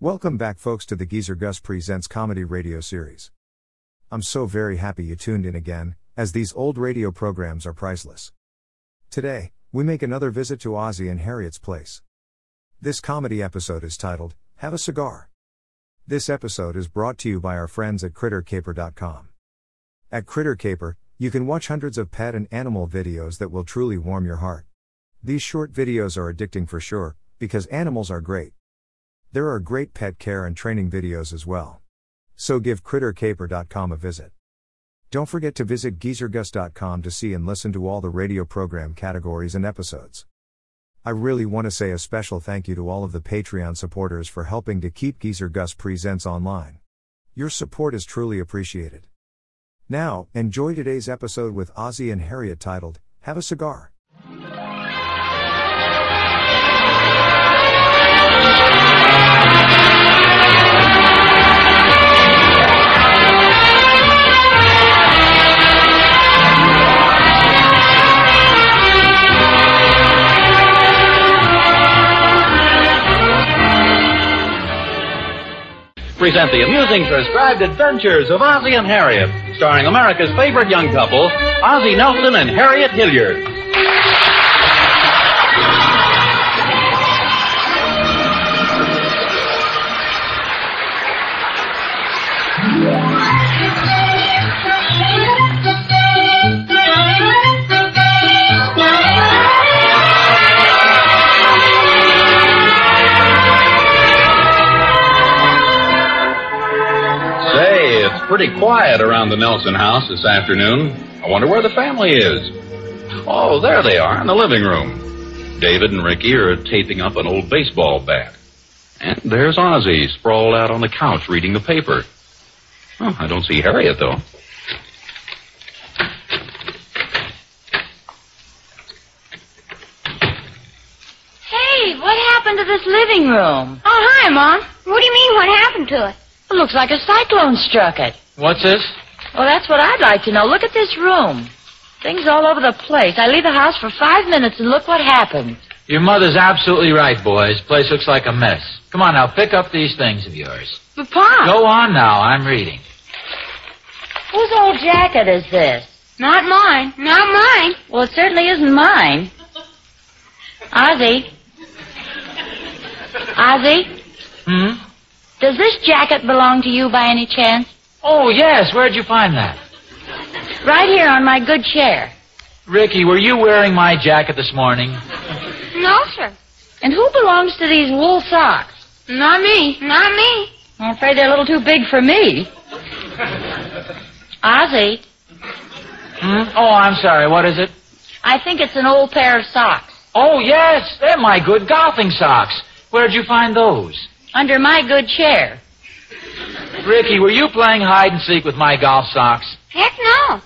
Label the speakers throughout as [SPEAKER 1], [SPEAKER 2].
[SPEAKER 1] Welcome back, folks, to the Geezer Gus Presents Comedy Radio Series. I'm so very happy you tuned in again, as these old radio programs are priceless. Today, we make another visit to Ozzy and Harriet's place. This comedy episode is titled, Have a Cigar. This episode is brought to you by our friends at CritterCaper.com. At CritterCaper, you can watch hundreds of pet and animal videos that will truly warm your heart. These short videos are addicting for sure, because animals are great. There are great pet care and training videos as well. So give CritterCaper.com a visit. Don't forget to visit geezergus.com to see and listen to all the radio program categories and episodes. I really want to say a special thank you to all of the Patreon supporters for helping to keep Geezer Gus Presents online. Your support is truly appreciated. Now, enjoy today's episode with Ozzy and Harriet titled, Have a Cigar.
[SPEAKER 2] present the amusing prescribed adventures of Ozzie and Harriet, starring America's favorite young couple, Ozzie Nelson and Harriet Hilliard. Say, it's pretty quiet around the Nelson house this afternoon. I wonder where the family is. Oh, there they are in the living room. David and Ricky are taping up an old baseball bat. And there's Ozzie sprawled out on the couch reading the paper. Oh, I don't see Harriet, though.
[SPEAKER 3] Hey, what happened to this living room?
[SPEAKER 4] Oh, hi, Mom. What do you mean, what happened to it?
[SPEAKER 3] It looks like a cyclone struck it.
[SPEAKER 2] What's this?
[SPEAKER 3] Well, that's what I'd like to know. Look at this room. Things all over the place. I leave the house for five minutes and look what happened.
[SPEAKER 5] Your mother's absolutely right, boys. Place looks like a mess. Come on now, pick up these things of yours.
[SPEAKER 3] But, Pop,
[SPEAKER 5] Go on now, I'm reading.
[SPEAKER 3] whose old jacket is this?
[SPEAKER 4] Not mine. Not mine.
[SPEAKER 3] Well, it certainly isn't mine. Ozzy? Ozzy?
[SPEAKER 5] Hmm?
[SPEAKER 3] Does this jacket belong to you by any chance?
[SPEAKER 5] Oh, yes, where'd you find that?
[SPEAKER 3] Right here on my good chair.
[SPEAKER 5] Ricky, were you wearing my jacket this morning?
[SPEAKER 4] No, sir.
[SPEAKER 3] And who belongs to these wool socks?
[SPEAKER 4] Not me. Not me.
[SPEAKER 3] I'm afraid they're a little too big for me. Ozzy,
[SPEAKER 5] Hmm? Oh, I'm sorry, what is it?
[SPEAKER 3] I think it's an old pair of socks.
[SPEAKER 5] Oh, yes, they're my good golfing socks. Where'd you find those?
[SPEAKER 3] Under my good chair.
[SPEAKER 5] Ricky, were you playing hide and seek with my golf socks?
[SPEAKER 4] Heck no.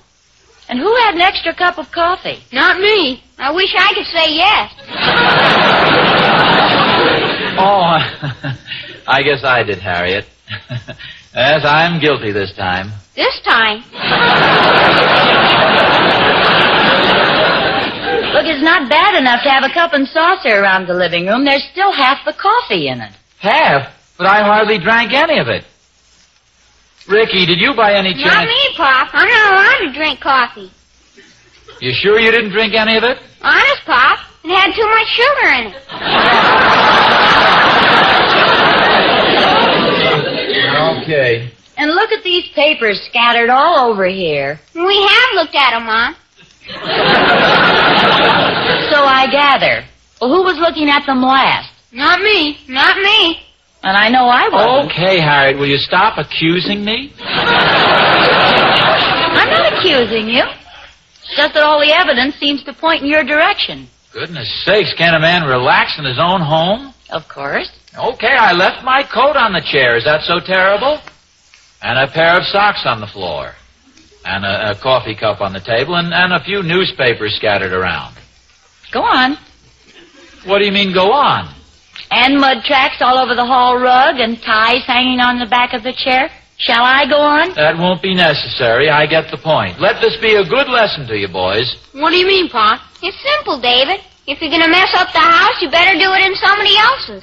[SPEAKER 3] And who had an extra cup of coffee?
[SPEAKER 4] Not me. I wish I could say yes.
[SPEAKER 5] Oh, I guess I did, Harriet. yes, I'm guilty this time.
[SPEAKER 4] This time.
[SPEAKER 3] Look, it's not bad enough to have a cup and saucer around the living room. There's still half the coffee in it.
[SPEAKER 5] Half, but I hardly drank any of it. Ricky, did you by any
[SPEAKER 4] Not
[SPEAKER 5] chance?
[SPEAKER 4] me, Pop. I'm not allowed to drink coffee.
[SPEAKER 5] You sure you didn't drink any of it?
[SPEAKER 4] Honest, Pop. It had too much sugar in it.
[SPEAKER 5] Okay.
[SPEAKER 3] And look at these papers scattered all over here.
[SPEAKER 4] We have looked at 'em, Mom.
[SPEAKER 3] So I gather. Well, who was looking at them last?
[SPEAKER 4] Not me. Not me.
[SPEAKER 3] And I know I was.
[SPEAKER 5] Okay, Harriet, will you stop accusing me?
[SPEAKER 3] I'm not accusing you. It's Just that all the evidence seems to point in your direction.
[SPEAKER 5] Goodness sakes, can a man relax in his own home?
[SPEAKER 3] Of course.
[SPEAKER 5] Okay, I left my coat on the chair. Is that so terrible? And a pair of socks on the floor. And a, a coffee cup on the table, and, and a few newspapers scattered around.
[SPEAKER 3] Go on.
[SPEAKER 5] What do you mean, go on?
[SPEAKER 3] And mud tracks all over the hall rug and ties hanging on the back of the chair. Shall I go on?
[SPEAKER 5] That won't be necessary. I get the point. Let this be a good lesson to you, boys.
[SPEAKER 4] What do you mean, Pop? It's simple, David. If you're gonna mess up the house, you better do it in somebody else's.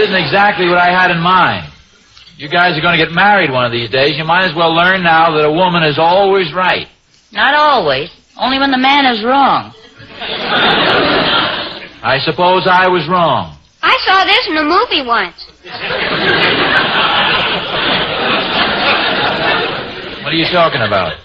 [SPEAKER 5] isn't exactly what I had in mind. You guys are going to get married one of these days. You might as well learn now that a woman is always right.
[SPEAKER 3] Not always. Only when the man is wrong.
[SPEAKER 5] I suppose I was wrong.
[SPEAKER 4] I saw this in a movie once.
[SPEAKER 5] What are you talking about?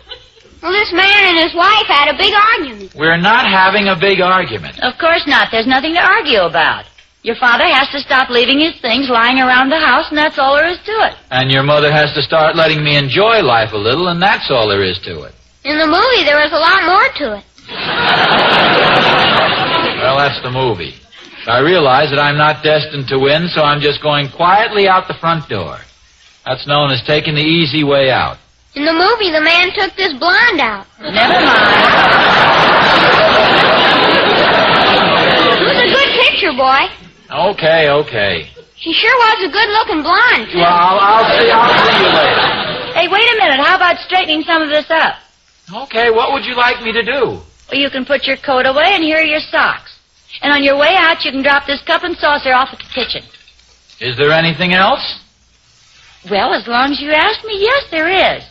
[SPEAKER 4] Well, this man and his wife had a big argument.
[SPEAKER 5] We're not having a big argument.
[SPEAKER 3] Of course not. There's nothing to argue about. Your father has to stop leaving his things lying around the house, and that's all there is to it.
[SPEAKER 5] And your mother has to start letting me enjoy life a little, and that's all there is to it.
[SPEAKER 4] In the movie, there was a lot more to it.
[SPEAKER 5] Well, that's the movie. I realize that I'm not destined to win, so I'm just going quietly out the front door. That's known as taking the easy way out.
[SPEAKER 4] In the movie, the man took this blonde out.
[SPEAKER 3] Never mind.
[SPEAKER 4] It was a good picture, boy.
[SPEAKER 5] Okay, okay.
[SPEAKER 4] She sure was a good-looking blonde, too.
[SPEAKER 5] Well, I'll, I'll see. I'll see you later.
[SPEAKER 3] Hey, wait a minute. How about straightening some of this up?
[SPEAKER 5] Okay, what would you like me to do?
[SPEAKER 3] Well, you can put your coat away, and here are your socks. And on your way out, you can drop this cup and saucer off at the kitchen.
[SPEAKER 5] Is there anything else?
[SPEAKER 3] Well, as long as you ask me, yes, there is.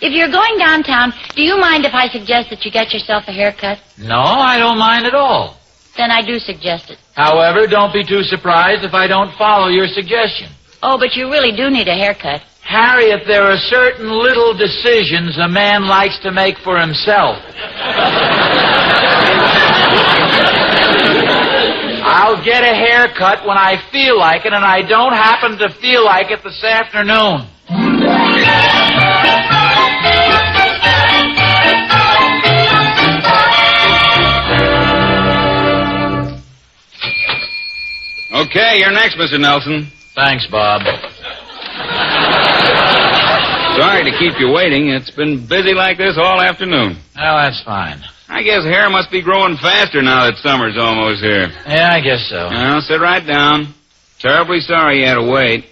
[SPEAKER 3] If you're going downtown, do you mind if I suggest that you get yourself a haircut?
[SPEAKER 5] No, I don't mind at all.
[SPEAKER 3] Then I do suggest it.
[SPEAKER 5] However, don't be too surprised if I don't follow your suggestion.
[SPEAKER 3] Oh, but you really do need a haircut.
[SPEAKER 5] Harriet, there are certain little decisions a man likes to make for himself. I'll get a haircut when I feel like it, and I don't happen to feel like it this afternoon.
[SPEAKER 2] Okay, you're next, Mr. Nelson.
[SPEAKER 5] Thanks, Bob.
[SPEAKER 2] Sorry to keep you waiting. It's been busy like this all afternoon.
[SPEAKER 5] Well, Oh, that's fine.
[SPEAKER 2] I guess hair must be growing faster now that summer's almost here.
[SPEAKER 5] Yeah, I guess so.
[SPEAKER 2] Now, sit right down. Terribly sorry you had to wait.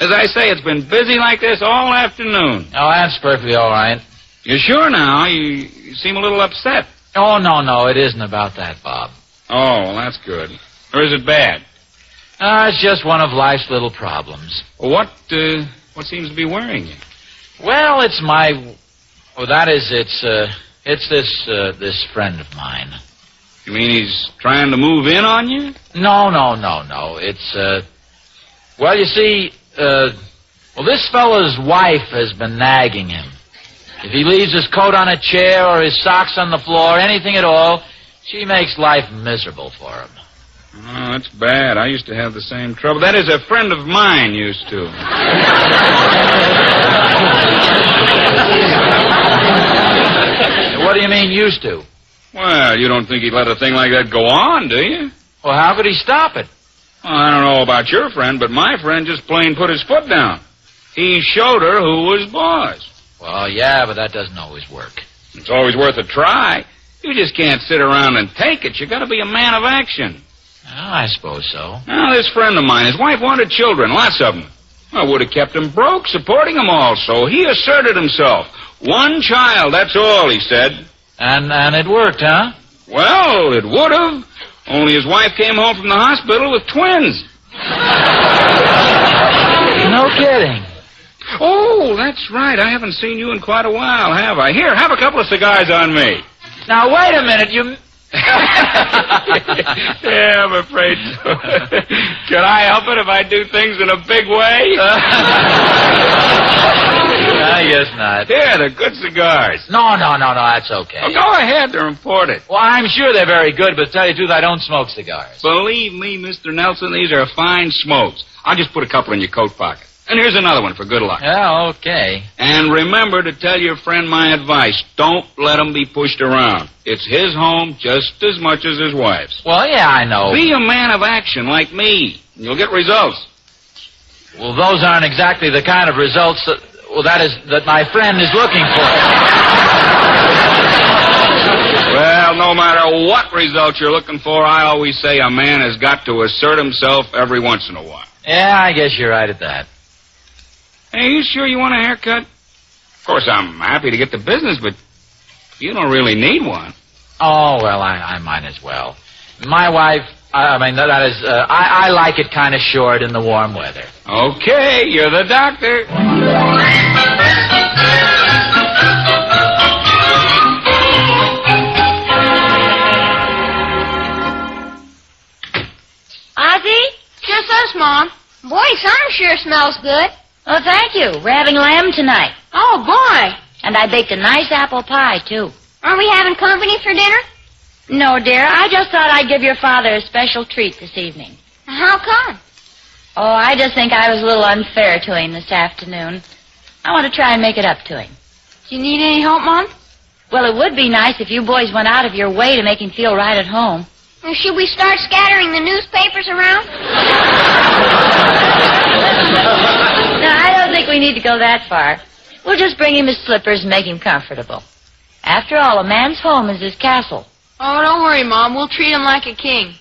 [SPEAKER 2] As I say, it's been busy like this all afternoon.
[SPEAKER 5] Oh, that's perfectly all right.
[SPEAKER 2] You sure now? You, you seem a little upset.
[SPEAKER 5] Oh, no, no, it isn't about that, Bob.
[SPEAKER 2] Oh, well, that's good. Or is it bad?
[SPEAKER 5] Uh, it's just one of life's little problems.
[SPEAKER 2] What, uh, what seems to be worrying you?
[SPEAKER 5] Well, it's my. Well, that is, it's, uh, it's this, uh, this friend of mine.
[SPEAKER 2] You mean he's trying to move in on you?
[SPEAKER 5] No, no, no, no. It's, uh. Well, you see, uh. Well, this fella's wife has been nagging him. If he leaves his coat on a chair or his socks on the floor, anything at all, she makes life miserable for him.
[SPEAKER 2] Oh, that's bad. I used to have the same trouble. That is, a friend of mine used to.
[SPEAKER 5] What do you mean, used to?
[SPEAKER 2] Well, you don't think he'd let a thing like that go on, do you?
[SPEAKER 5] Well, how could he stop it?
[SPEAKER 2] Well, I don't know about your friend, but my friend just plain put his foot down. He showed her who was boss.
[SPEAKER 5] Well, yeah, but that doesn't always work.
[SPEAKER 2] It's always worth a try. You just can't sit around and take it. You gotta be a man of action.
[SPEAKER 5] Well, Oh, I suppose so.
[SPEAKER 2] Now, this friend of mine, his wife wanted children, lots of them. I would have kept him broke, supporting them all, so he asserted himself. One child, that's all, he said.
[SPEAKER 5] And and it worked, huh?
[SPEAKER 2] Well, it would have, only his wife came home from the hospital with twins.
[SPEAKER 5] No kidding.
[SPEAKER 2] Oh, that's right. I haven't seen you in quite a while, have I? Here, have a couple of cigars on me.
[SPEAKER 5] Now wait a minute, you.
[SPEAKER 2] yeah, I'm afraid so. Can I help it if I do things in a big way?
[SPEAKER 5] I guess Ah, not.
[SPEAKER 2] Here, they're good cigars.
[SPEAKER 5] No, no, no, no. That's okay.
[SPEAKER 2] Oh, go ahead, they're important.
[SPEAKER 5] Well, I'm sure they're very good, but to tell you the truth, I don't smoke cigars.
[SPEAKER 2] Believe me, Mr. Nelson, these are fine smokes. I'll just put a couple in your coat pocket. And here's another one for good luck.
[SPEAKER 5] Yeah, okay.
[SPEAKER 2] And remember to tell your friend my advice. Don't let him be pushed around. It's his home just as much as his wife's.
[SPEAKER 5] Well, yeah, I know.
[SPEAKER 2] Be a man of action like me, and you'll get results.
[SPEAKER 5] Well, those aren't exactly the kind of results that. Well, that is that my friend is looking for.
[SPEAKER 2] Well, no matter what results you're looking for, I always say a man has got to assert himself every once in a while.
[SPEAKER 5] Yeah, I guess you're right at that.
[SPEAKER 2] Hey, you sure you want a haircut? Of course, I'm happy to get the business, but you don't really need one.
[SPEAKER 5] Oh well, I, I might as well. My wife, I I mean, that- that is, uh, I, I like it kind of short in the warm weather.
[SPEAKER 2] Okay, you're the doctor.
[SPEAKER 3] Ozzy?
[SPEAKER 4] Just us, Mom. Boy, Summer sure smells good.
[SPEAKER 3] Oh, thank you. We're having lamb tonight.
[SPEAKER 4] Oh, boy.
[SPEAKER 3] And I baked a nice apple pie, too.
[SPEAKER 4] Aren't we having company for dinner?
[SPEAKER 3] No, dear, I just thought I'd give your father a special treat this evening.
[SPEAKER 4] How come?
[SPEAKER 3] Oh, I just think I was a little unfair to him this afternoon. I want to try and make it up to him.
[SPEAKER 4] Do you need any help, Mom?
[SPEAKER 3] Well, it would be nice if you boys went out of your way to make him feel right at home.
[SPEAKER 4] Or should we start scattering the newspapers around?
[SPEAKER 3] No, I don't think we need to go that far. We'll just bring him his slippers and make him comfortable. After all, a man's home is his castle.
[SPEAKER 4] Oh, don't worry, Mom. We'll treat him like a king.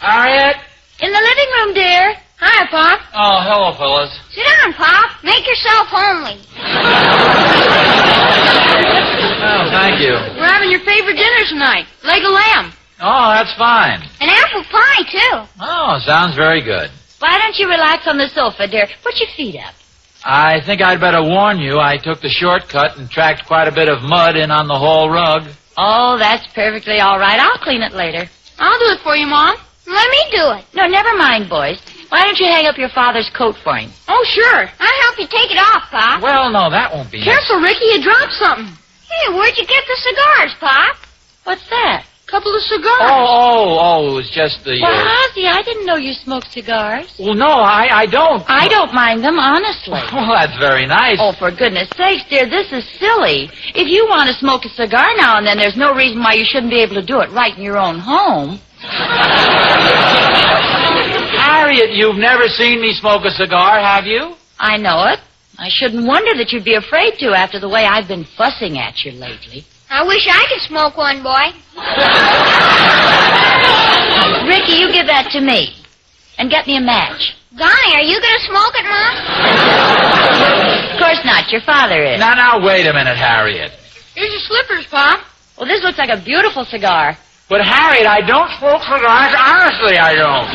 [SPEAKER 5] Harriet?
[SPEAKER 3] In the living room, dear.
[SPEAKER 4] Hi, Pop.
[SPEAKER 5] Oh, hello, fellas.
[SPEAKER 4] Sit down, Pop. Make yourself homely.
[SPEAKER 5] Oh, thank you.
[SPEAKER 4] We're having your favorite dinner tonight. Leg of lamb.
[SPEAKER 5] Oh, that's fine.
[SPEAKER 4] An apple pie, too.
[SPEAKER 5] Oh, sounds very good.
[SPEAKER 3] Why don't you relax on the sofa, dear? Put your feet up.
[SPEAKER 5] I think I'd better warn you, I took the shortcut and tracked quite a bit of mud in on the hall rug.
[SPEAKER 3] Oh, that's perfectly all right. I'll clean it later.
[SPEAKER 4] I'll do it for you, Mom. Let me do it.
[SPEAKER 3] No, never mind, boys. Why don't you hang up your father's coat for him?
[SPEAKER 4] Oh, sure. I'll help you take it off, Pop.
[SPEAKER 5] Well, no, that won't be.
[SPEAKER 4] Careful, Ricky. You dropped something. Hey, where'd you get the cigars, Pop?
[SPEAKER 3] What's that?
[SPEAKER 4] Couple of
[SPEAKER 5] Oh,
[SPEAKER 4] cigars.
[SPEAKER 5] oh, oh, it was just the.
[SPEAKER 3] Well,
[SPEAKER 5] Uh...
[SPEAKER 3] Ozzy, I didn't know you smoked cigars.
[SPEAKER 5] Well, no, I, I don't.
[SPEAKER 3] I don't mind them, honestly.
[SPEAKER 5] Well, Oh. that's very nice.
[SPEAKER 3] Oh, for goodness sakes, dear, this is silly. If you want to smoke a cigar now and then, there's no reason why you shouldn't be able to do it right in your own home.
[SPEAKER 5] Harriet, you've never seen me smoke a cigar, have you?
[SPEAKER 3] I know it. I shouldn't wonder that you'd be afraid to after the way I've been fussing at you lately.
[SPEAKER 4] I wish I could smoke one, boy.
[SPEAKER 3] Ricky, you give that to me. And get me a match.
[SPEAKER 4] Donnie, are you gonna smoke it, Mom?
[SPEAKER 3] Of course not. Your father is.
[SPEAKER 5] Now, now, wait a minute, Harriet.
[SPEAKER 4] Here's your slippers, Pop.
[SPEAKER 3] Well, this looks like a beautiful cigar.
[SPEAKER 5] But, Harriet, I don't smoke cigars. Honestly, I don't.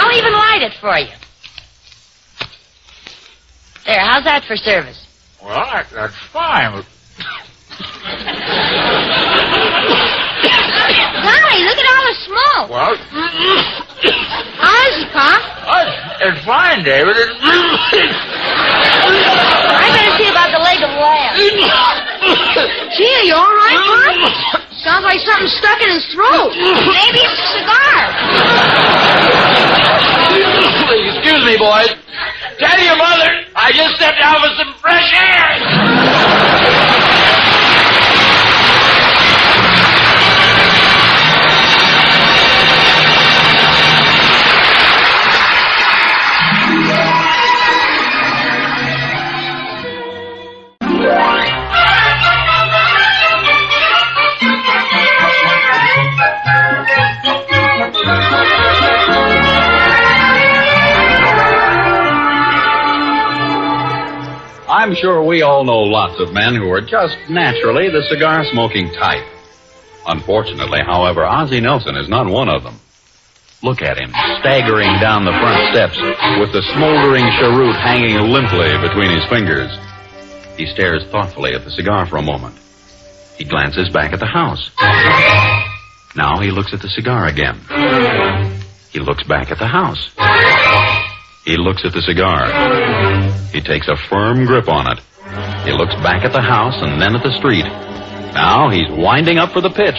[SPEAKER 3] I'll even light it for you. There, how's that for service?
[SPEAKER 5] Well, that, that's fine.
[SPEAKER 4] Donnie, look at all the smoke.
[SPEAKER 5] Well,
[SPEAKER 4] Ozzy, Pop.
[SPEAKER 5] it's fine, David.
[SPEAKER 3] I better see about the leg of lamb.
[SPEAKER 4] Gee, are you all right, Pop? Sounds like something stuck in his throat. Maybe it's a cigar.
[SPEAKER 5] Excuse me, boys. Tell your mother I just stepped out for some fresh air.
[SPEAKER 2] I'm sure we all know lots of men who are just naturally the cigar smoking type. Unfortunately, however, Ozzie Nelson is not one of them. Look at him, staggering down the front steps with the smoldering cheroot hanging limply between his fingers. He stares thoughtfully at the cigar for a moment. He glances back at the house. Now he looks at the cigar again. He looks back at the house. He looks at the cigar. He takes a firm grip on it. He looks back at the house and then at the street. Now he's winding up for the pitch.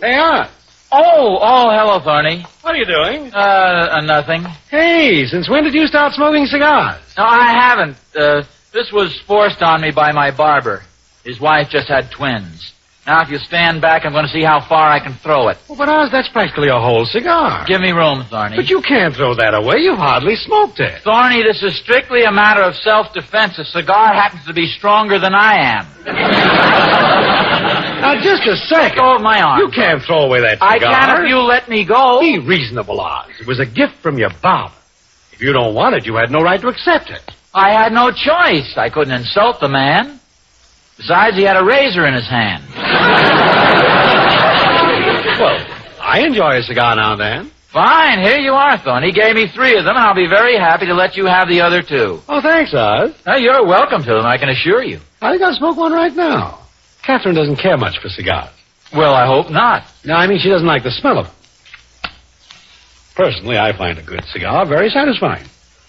[SPEAKER 6] Hey, Aunt.
[SPEAKER 5] Oh, oh, hello, Thorny.
[SPEAKER 6] What are you doing?
[SPEAKER 5] Uh, uh, nothing.
[SPEAKER 6] Hey, since when did you start smoking cigars?
[SPEAKER 5] No, I haven't. Uh, this was forced on me by my barber. His wife just had twins. Now, if you stand back, I'm going to see how far I can throw it.
[SPEAKER 6] Well, but Oz, that's practically a whole cigar.
[SPEAKER 5] Give me room, Thorny.
[SPEAKER 6] But you can't throw that away. You've hardly smoked it.
[SPEAKER 5] Thorny, this is strictly a matter of self-defense. A cigar happens to be stronger than I am.
[SPEAKER 6] Now, just a second.
[SPEAKER 5] Go of my arm.
[SPEAKER 6] You can't throw away that cigar.
[SPEAKER 5] I can if you let me go.
[SPEAKER 6] Be reasonable, Oz. It was a gift from your barber. If you don't want it, you had no right to accept it.
[SPEAKER 5] I had no choice. I couldn't insult the man. Besides, he had a razor in his hand.
[SPEAKER 6] I enjoy a cigar now and then.
[SPEAKER 5] Fine, here you are, Thorne. He gave me three of them, and I'll be very happy to let you have the other two.
[SPEAKER 6] Oh, thanks, Oz.
[SPEAKER 5] Now, you're welcome to them, I can assure you.
[SPEAKER 6] I think I'll smoke one right now. Catherine doesn't care much for cigars.
[SPEAKER 5] Well, I hope not.
[SPEAKER 6] No, I mean she doesn't like the smell of them. Personally, I find a good cigar very satisfying.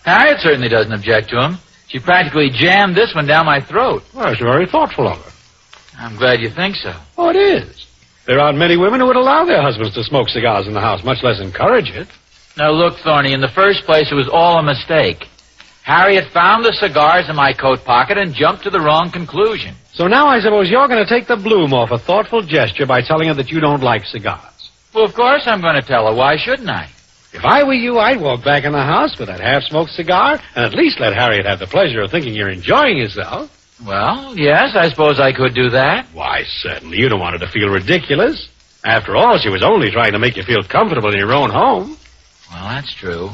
[SPEAKER 5] Harriet certainly doesn't object to them. She practically jammed this one down my throat.
[SPEAKER 6] Well, it's very thoughtful of her.
[SPEAKER 5] I'm glad you think so.
[SPEAKER 6] Oh, it is. There aren't many women who would allow their husbands to smoke cigars in the house, much less encourage it.
[SPEAKER 5] Now, look, Thorny, in the first place, it was all a mistake. Harriet found the cigars in my coat pocket and jumped to the wrong conclusion.
[SPEAKER 6] So now I suppose you're going to take the bloom off a thoughtful gesture by telling her that you don't like cigars.
[SPEAKER 5] Well, of course I'm going to tell her. Why shouldn't I?
[SPEAKER 6] If I were you, I'd walk back in the house with that half-smoked cigar and at least let Harriet have the pleasure of thinking you're enjoying yourself.
[SPEAKER 5] Well, yes, I suppose I could do that.
[SPEAKER 6] Why, certainly. You don't want her to feel ridiculous. After all, she was only trying to make you feel comfortable in your own home.
[SPEAKER 5] Well, that's true.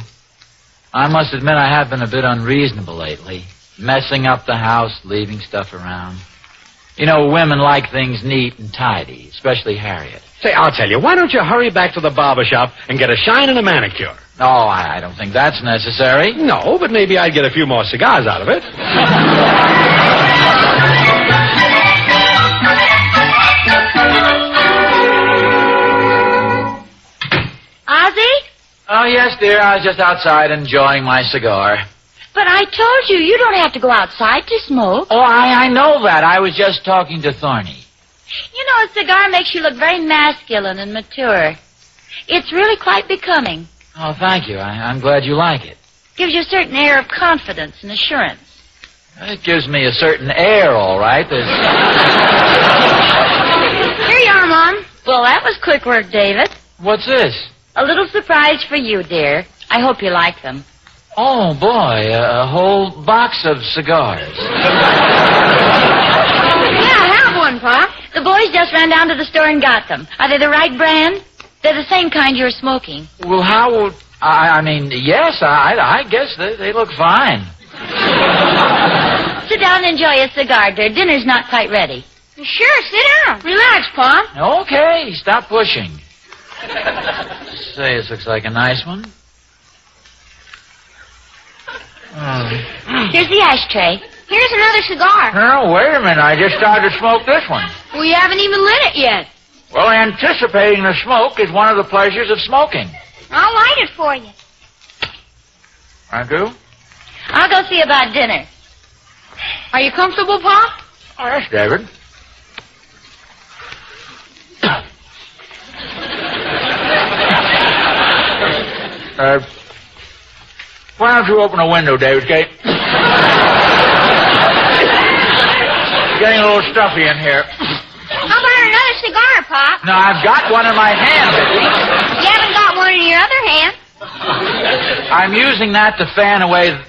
[SPEAKER 5] I must admit I have been a bit unreasonable lately. Messing up the house, leaving stuff around. You know, women like things neat and tidy, especially Harriet.
[SPEAKER 6] Say, I'll tell you, why don't you hurry back to the barber shop and get a shine and a manicure?
[SPEAKER 5] Oh, I I don't think that's necessary.
[SPEAKER 6] No, but maybe I'd get a few more cigars out of it.
[SPEAKER 4] Ozzy?
[SPEAKER 5] Oh, yes, dear, I was just outside enjoying my cigar.
[SPEAKER 3] But I told you, you don't have to go outside to smoke.
[SPEAKER 5] Oh, I, I know that. I was just talking to Thorny.
[SPEAKER 3] You know, a cigar makes you look very masculine and mature. It's really quite becoming.
[SPEAKER 5] Oh, thank you. I, I'm glad you like it.
[SPEAKER 3] Gives you a certain air of confidence and assurance.
[SPEAKER 5] It gives me a certain air, all right. There's...
[SPEAKER 4] Here you are, Mom.
[SPEAKER 3] Well, that was quick work, David.
[SPEAKER 5] What's this?
[SPEAKER 3] A little surprise for you, dear. I hope you like them.
[SPEAKER 5] Oh, boy, a, a whole box of cigars.
[SPEAKER 4] Yeah, Oh, have one, Pop.
[SPEAKER 3] The boys just ran down to the store and got them. Are they the right brand? They're the same kind you're smoking.
[SPEAKER 5] Well, how would I? I mean, yes, I, I guess they, they look fine.
[SPEAKER 3] Sit down and enjoy a cigar, dear. Dinner's not quite ready.
[SPEAKER 4] Sure, sit down. Relax, Pop.
[SPEAKER 5] Okay, stop pushing. Say, this looks like a nice one. Oh.
[SPEAKER 4] Mm.
[SPEAKER 3] Here's the ashtray.
[SPEAKER 4] Here's another cigar.
[SPEAKER 5] No, wait a minute. I just started to smoke this one.
[SPEAKER 4] We haven't even lit it yet.
[SPEAKER 5] Well, anticipating the smoke is one of the pleasures of smoking.
[SPEAKER 4] I'll light it for you.
[SPEAKER 5] I do.
[SPEAKER 3] I'll go see about dinner.
[SPEAKER 4] Are you comfortable, Pop?
[SPEAKER 5] Oh, yes, David. uh, why don't you open a window, David? Kate? Getting a little stuffy in here.
[SPEAKER 4] How about another cigar, Pop?
[SPEAKER 5] No, I've got one in my hand.
[SPEAKER 4] You haven't got one in your other hand.
[SPEAKER 5] I'm using that to fan away.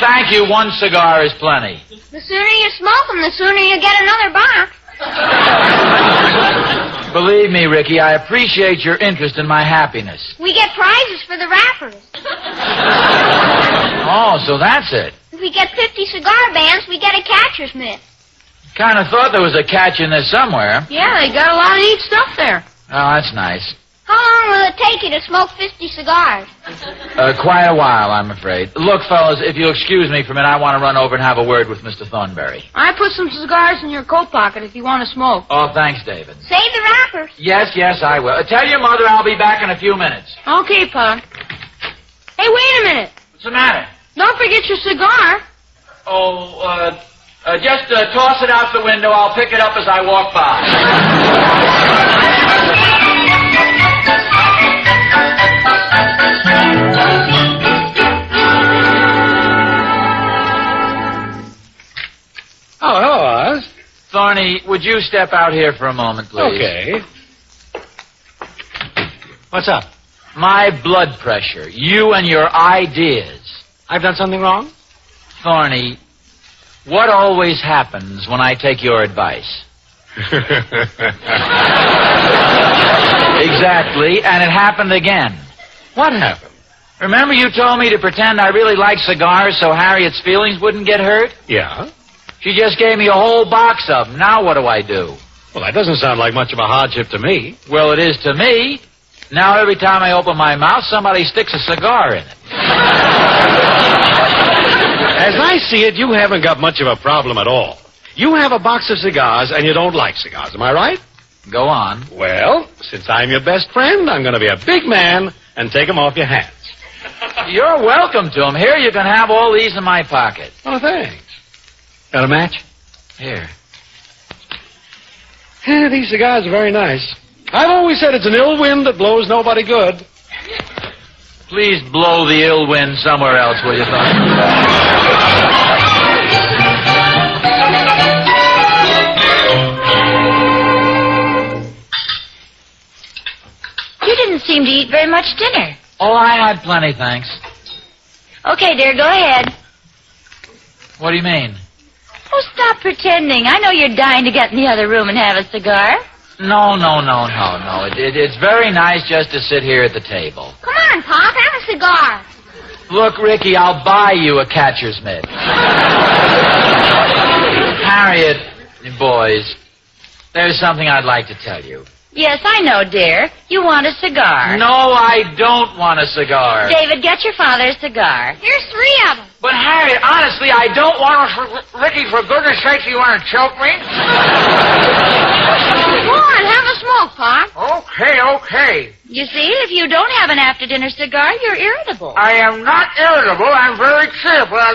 [SPEAKER 5] Thank you. One cigar is plenty.
[SPEAKER 4] The sooner you smoke 'em, the sooner you get another box.
[SPEAKER 5] Believe me, Ricky, I appreciate your interest in my happiness.
[SPEAKER 4] We get prizes for the wrappers.
[SPEAKER 5] Oh, so that's it.
[SPEAKER 4] If we get 50 cigar bands, we get a catcher's mitt.
[SPEAKER 5] Kind of thought there was a catch in this somewhere.
[SPEAKER 4] Yeah, they got a lot of neat stuff there.
[SPEAKER 5] Oh, that's nice.
[SPEAKER 4] How long will it take you to smoke 50 cigars?
[SPEAKER 5] Uh, quite a while, I'm afraid. Look, fellas, if you'll excuse me for a minute, I want to run over and have a word with Mr. Thornberry.
[SPEAKER 4] I put some cigars in your coat pocket if you want to smoke.
[SPEAKER 5] Oh, thanks, David.
[SPEAKER 4] Save the wrappers.
[SPEAKER 5] Yes, yes, I will. Uh, tell your mother I'll be back in a few minutes.
[SPEAKER 4] Okay, Pop. Hey, wait a minute.
[SPEAKER 5] What's the matter?
[SPEAKER 4] Don't forget your cigar.
[SPEAKER 5] Oh, uh, uh just uh, toss it out the window. I'll pick it up as I walk by.
[SPEAKER 6] Oh, hello, Oz.
[SPEAKER 5] Thorny, would you step out here for a moment, please?
[SPEAKER 6] Okay. What's up?
[SPEAKER 5] My blood pressure, you and your ideas.
[SPEAKER 6] I've done something wrong?
[SPEAKER 5] Thorny, what always happens when I take your advice? Exactly, and it happened again.
[SPEAKER 6] what happened?
[SPEAKER 5] Remember you told me to pretend I really liked cigars so Harriet's feelings wouldn't get hurt?
[SPEAKER 6] Yeah.
[SPEAKER 5] She just gave me a whole box of them. Now what do I do?
[SPEAKER 6] Well, that doesn't sound like much of a hardship to me.
[SPEAKER 5] Well, it is to me. Now every time I open my mouth, somebody sticks a cigar in it.
[SPEAKER 6] As I see it, you haven't got much of a problem at all. You have a box of cigars and you don't like cigars, am I right?
[SPEAKER 5] Go on.
[SPEAKER 6] Well, since I'm your best friend, I'm going to be a big man and take them off your hands.
[SPEAKER 5] You're welcome to 'em. Here, you can have all these in my pocket.
[SPEAKER 6] Oh, thanks. Got a match?
[SPEAKER 5] Here.
[SPEAKER 6] Eh, these cigars are very nice. I've always said it's an ill wind that blows nobody good.
[SPEAKER 5] Please blow the ill wind somewhere else, will you, Thornton?
[SPEAKER 3] You didn't seem to eat very much dinner.
[SPEAKER 5] Oh, I had plenty, thanks.
[SPEAKER 3] Okay, dear, go ahead.
[SPEAKER 5] What do you mean?
[SPEAKER 3] Oh, stop pretending. I know you're dying to get in the other room and have a cigar.
[SPEAKER 5] No, no, no, no, no. It, it, it's very nice just to sit here at the table.
[SPEAKER 4] Come on, Pop, have a cigar.
[SPEAKER 5] Look, Ricky, I'll buy you a catcher's mitt. Harriet, boys, there's something I'd like to tell you.
[SPEAKER 3] Yes, I know, dear. You want a cigar.
[SPEAKER 5] No, I don't want a cigar.
[SPEAKER 3] David, get your father a cigar.
[SPEAKER 4] Here's three of them.
[SPEAKER 5] But Harriet, honestly, I don't want to. Ricky, for goodness sakes, you want to choke me?
[SPEAKER 4] Go on, have a smoke, Pop.
[SPEAKER 5] Okay, okay.
[SPEAKER 3] You see, if you don't have an after dinner cigar, you're irritable.
[SPEAKER 5] I am not irritable. I'm Mm. very cheerful.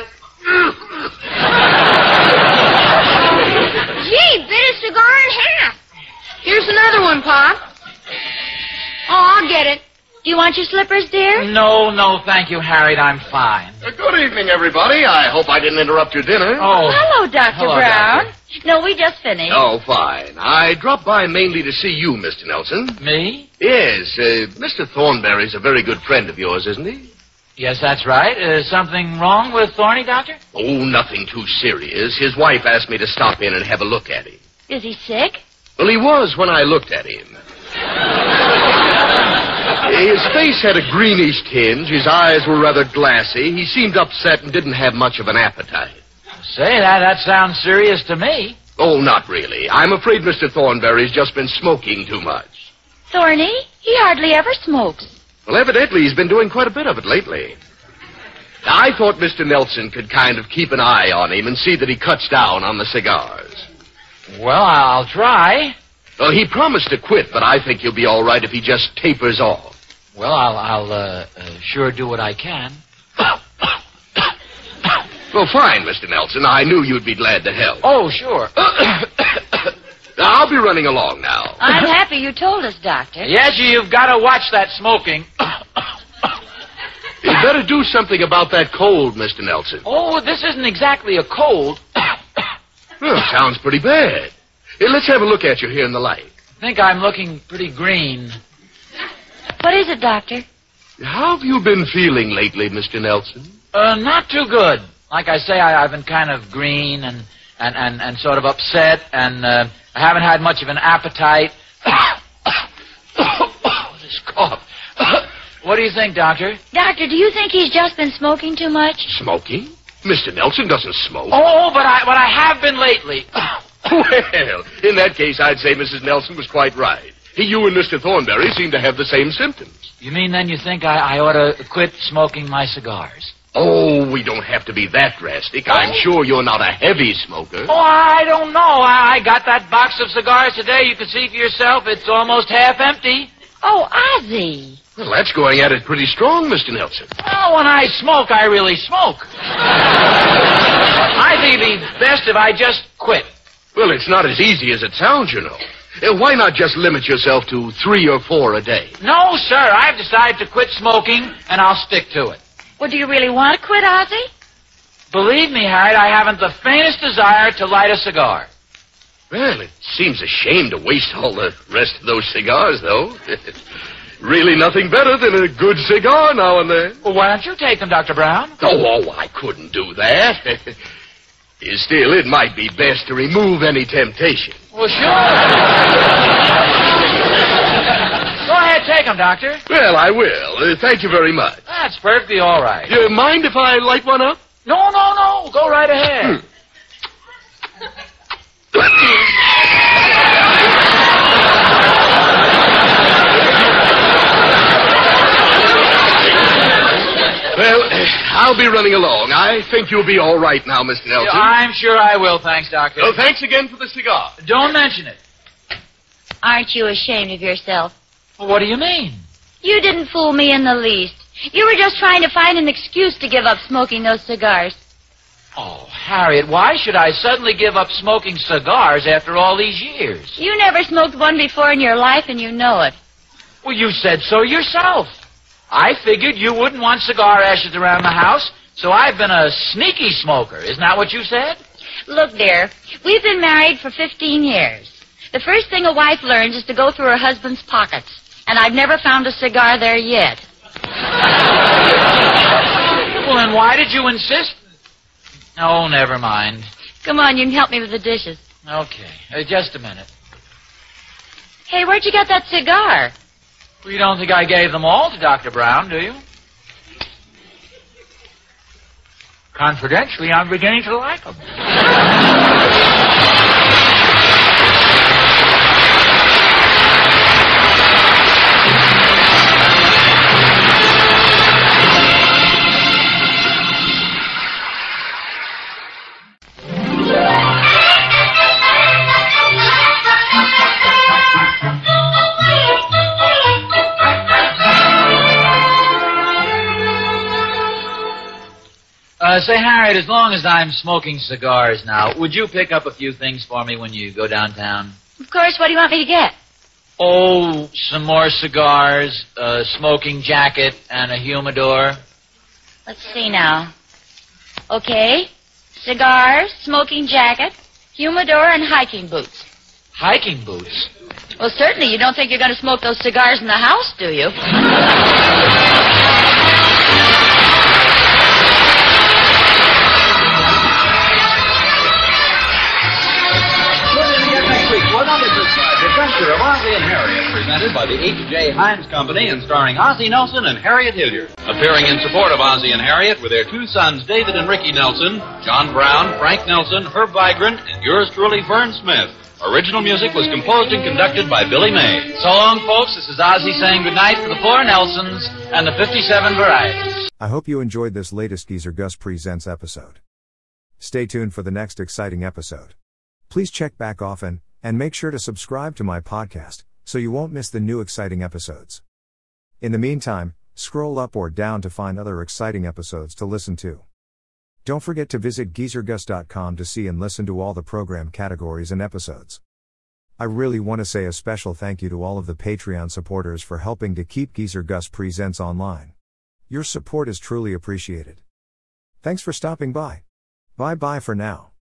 [SPEAKER 4] Gee, bit a cigar in half. Here's another one, Pop. Oh, I'll get it.
[SPEAKER 3] Do you want your slippers, dear?
[SPEAKER 5] No, no, thank you, Harriet. I'm fine.
[SPEAKER 7] Uh, Good evening, everybody. I hope I didn't interrupt your dinner.
[SPEAKER 5] Oh,
[SPEAKER 3] Hello, Dr.
[SPEAKER 5] Hello,
[SPEAKER 3] Brown. No, we just finished.
[SPEAKER 7] Oh, fine. I dropped by mainly to see you, Mr. Nelson.
[SPEAKER 5] me?
[SPEAKER 7] Yes, uh, Mr. Thornberry's a very good friend of yours, isn't he?
[SPEAKER 5] Yes, that's right. Uh, something wrong with Thorny, Doctor?
[SPEAKER 7] Oh, nothing too serious. His wife asked me to stop in and have a look at him.
[SPEAKER 3] Is he sick?
[SPEAKER 7] Well, he was when I looked at him. His face had a greenish tinge. His eyes were rather glassy. He seemed upset and didn't have much of an appetite.
[SPEAKER 5] Say that. That sounds serious to me.
[SPEAKER 7] Oh, not really. I'm afraid Mr. Thornberry's just been smoking too much.
[SPEAKER 3] Thorny? He hardly ever smokes.
[SPEAKER 7] Well, evidently he's been doing quite a bit of it lately. I thought Mr. Nelson could kind of keep an eye on him and see that he cuts down on the cigars.
[SPEAKER 5] Well, I'll try.
[SPEAKER 7] Well, he promised to quit, but I think he'll be all right if he just tapers off.
[SPEAKER 5] Well, I'll, I'll uh, uh, sure do what I can.
[SPEAKER 7] Well, fine, Mr. Nelson. I knew you'd be glad to help.
[SPEAKER 5] Oh, sure.
[SPEAKER 7] I'll be running along now.
[SPEAKER 3] I'm happy you told us, Doctor.
[SPEAKER 5] yes, you've got to watch that smoking.
[SPEAKER 7] You better do something about that cold, Mr. Nelson.
[SPEAKER 5] oh, this isn't exactly a cold.
[SPEAKER 7] Well, Hmm, sounds pretty bad. Here, let's have a look at you here in the light.
[SPEAKER 5] think I'm looking pretty green.
[SPEAKER 3] What is it, Doctor?
[SPEAKER 7] How have you been feeling lately, Mr. Nelson?
[SPEAKER 5] Uh, not too good. Like I say, I, I've been kind of green and, and, and, and sort of upset, and uh, I haven't had much of an appetite. this cough. what do you think, Doctor?
[SPEAKER 3] Doctor, do you think he's just been smoking too much?
[SPEAKER 7] Smoking? Mr. Nelson doesn't smoke.
[SPEAKER 5] Oh, but I, but I have been lately.
[SPEAKER 7] Well, in that case, I'd say Mrs. Nelson was quite right. You and Mr. Thornberry seem to have the same symptoms.
[SPEAKER 5] you mean then you think I, I ought to quit smoking my cigars?
[SPEAKER 7] Oh, we don't have to be that drastic. I'm sure you're not a heavy smoker.
[SPEAKER 5] Oh, I don't know. I, I got that box of cigars today. You can see for yourself. It's almost half empty.
[SPEAKER 3] Oh, Ozzy.
[SPEAKER 7] Well, that's going at it pretty strong, Mr. Nelson.
[SPEAKER 5] Oh, when I smoke, I really smoke. I think it'd be best if I just quit.
[SPEAKER 7] Well, it's not as easy as it sounds, you know. Uh, Why not just limit yourself to three or four a day?
[SPEAKER 5] No, sir. I've decided to quit smoking, and I'll stick to it.
[SPEAKER 3] Well, do you really want to quit, Ozzy?
[SPEAKER 5] Believe me, Harriet, I haven't the faintest desire to light a cigar.
[SPEAKER 7] Well, it seems a shame to waste all the rest of those cigars, though. really nothing better than a good cigar now and then.
[SPEAKER 5] Well, why don't you take them, Dr. Brown?
[SPEAKER 7] Oh, oh, I couldn't do that. Still, it might be best to remove any temptation.
[SPEAKER 5] Well, sure. Go ahead, take them, Doctor.
[SPEAKER 7] Well, I will. Uh, thank you very much.
[SPEAKER 5] That's perfectly all right.
[SPEAKER 7] You mind if I light one up?
[SPEAKER 5] No, no, no.
[SPEAKER 7] Hmm.
[SPEAKER 5] Go right ahead.
[SPEAKER 7] I'll be running along. I think you'll be all right now, Mr. Nelson.
[SPEAKER 5] I'm sure I will, thanks, Doctor.
[SPEAKER 7] Well, thanks again for the cigar.
[SPEAKER 5] Don't mention it.
[SPEAKER 3] Aren't you ashamed of yourself?
[SPEAKER 5] Well, what do you mean?
[SPEAKER 3] You didn't fool me in the least. You were just trying to find an excuse to give up smoking those cigars.
[SPEAKER 5] Oh, Harriet, why should I suddenly give up smoking cigars after all these years?
[SPEAKER 3] You never smoked one before in your life, and you know it.
[SPEAKER 5] Well, you said so yourself. I figured you wouldn't want cigar ashes around the house, so I've been a sneaky smoker. Isn't that what you said?
[SPEAKER 3] Look, dear, we've been married for 15 years. The first thing a wife learns is to go through her husband's pockets, and I've never found a cigar there yet.
[SPEAKER 5] Well, then why did you insist? Oh, never mind.
[SPEAKER 3] Come on, you can help me with the dishes.
[SPEAKER 5] Okay, uh, just a minute.
[SPEAKER 3] Hey, where'd you get that cigar?
[SPEAKER 5] Well, you don't think I gave them all to Dr. Brown, do you? Confidentially, I'm beginning to like them. Uh, say, Harriet, as long as I'm smoking cigars now, would you pick up a few things for me when you go downtown?
[SPEAKER 3] Of course, what do you want me to get?
[SPEAKER 5] Oh, some more cigars, a smoking jacket, and a humidor.
[SPEAKER 3] Let's see now. Okay. Cigars, smoking jacket, humidor, and hiking boots.
[SPEAKER 5] Hiking boots?
[SPEAKER 3] Well, certainly you don't think you're going to smoke those cigars in the house, do you?
[SPEAKER 2] next week for another surprise adventure of Ozzie and Harriet, presented by the H.J. Hines Company and starring Ozzie Nelson and Harriet Hilliard. Appearing in support of Ozzie and Harriet were their two sons, David and Ricky Nelson, John Brown, Frank Nelson, Herb Vigrant, and yours truly, Vern Smith. Original music was composed and conducted by Billy May.
[SPEAKER 5] So long, folks. This is Ozzie saying goodnight for the four Nelsons and the 57 varieties.
[SPEAKER 1] I hope you enjoyed this latest Geezer Gus Presents episode. Stay tuned for the next exciting episode. Please check back often, and make sure to subscribe to my podcast so you won't miss the new exciting episodes. In the meantime, scroll up or down to find other exciting episodes to listen to. Don't forget to visit geezergus.com to see and listen to all the program categories and episodes. I really want to say a special thank you to all of the Patreon supporters for helping to keep Geezer Gus Presents online. Your support is truly appreciated. Thanks for stopping by. Bye bye for now.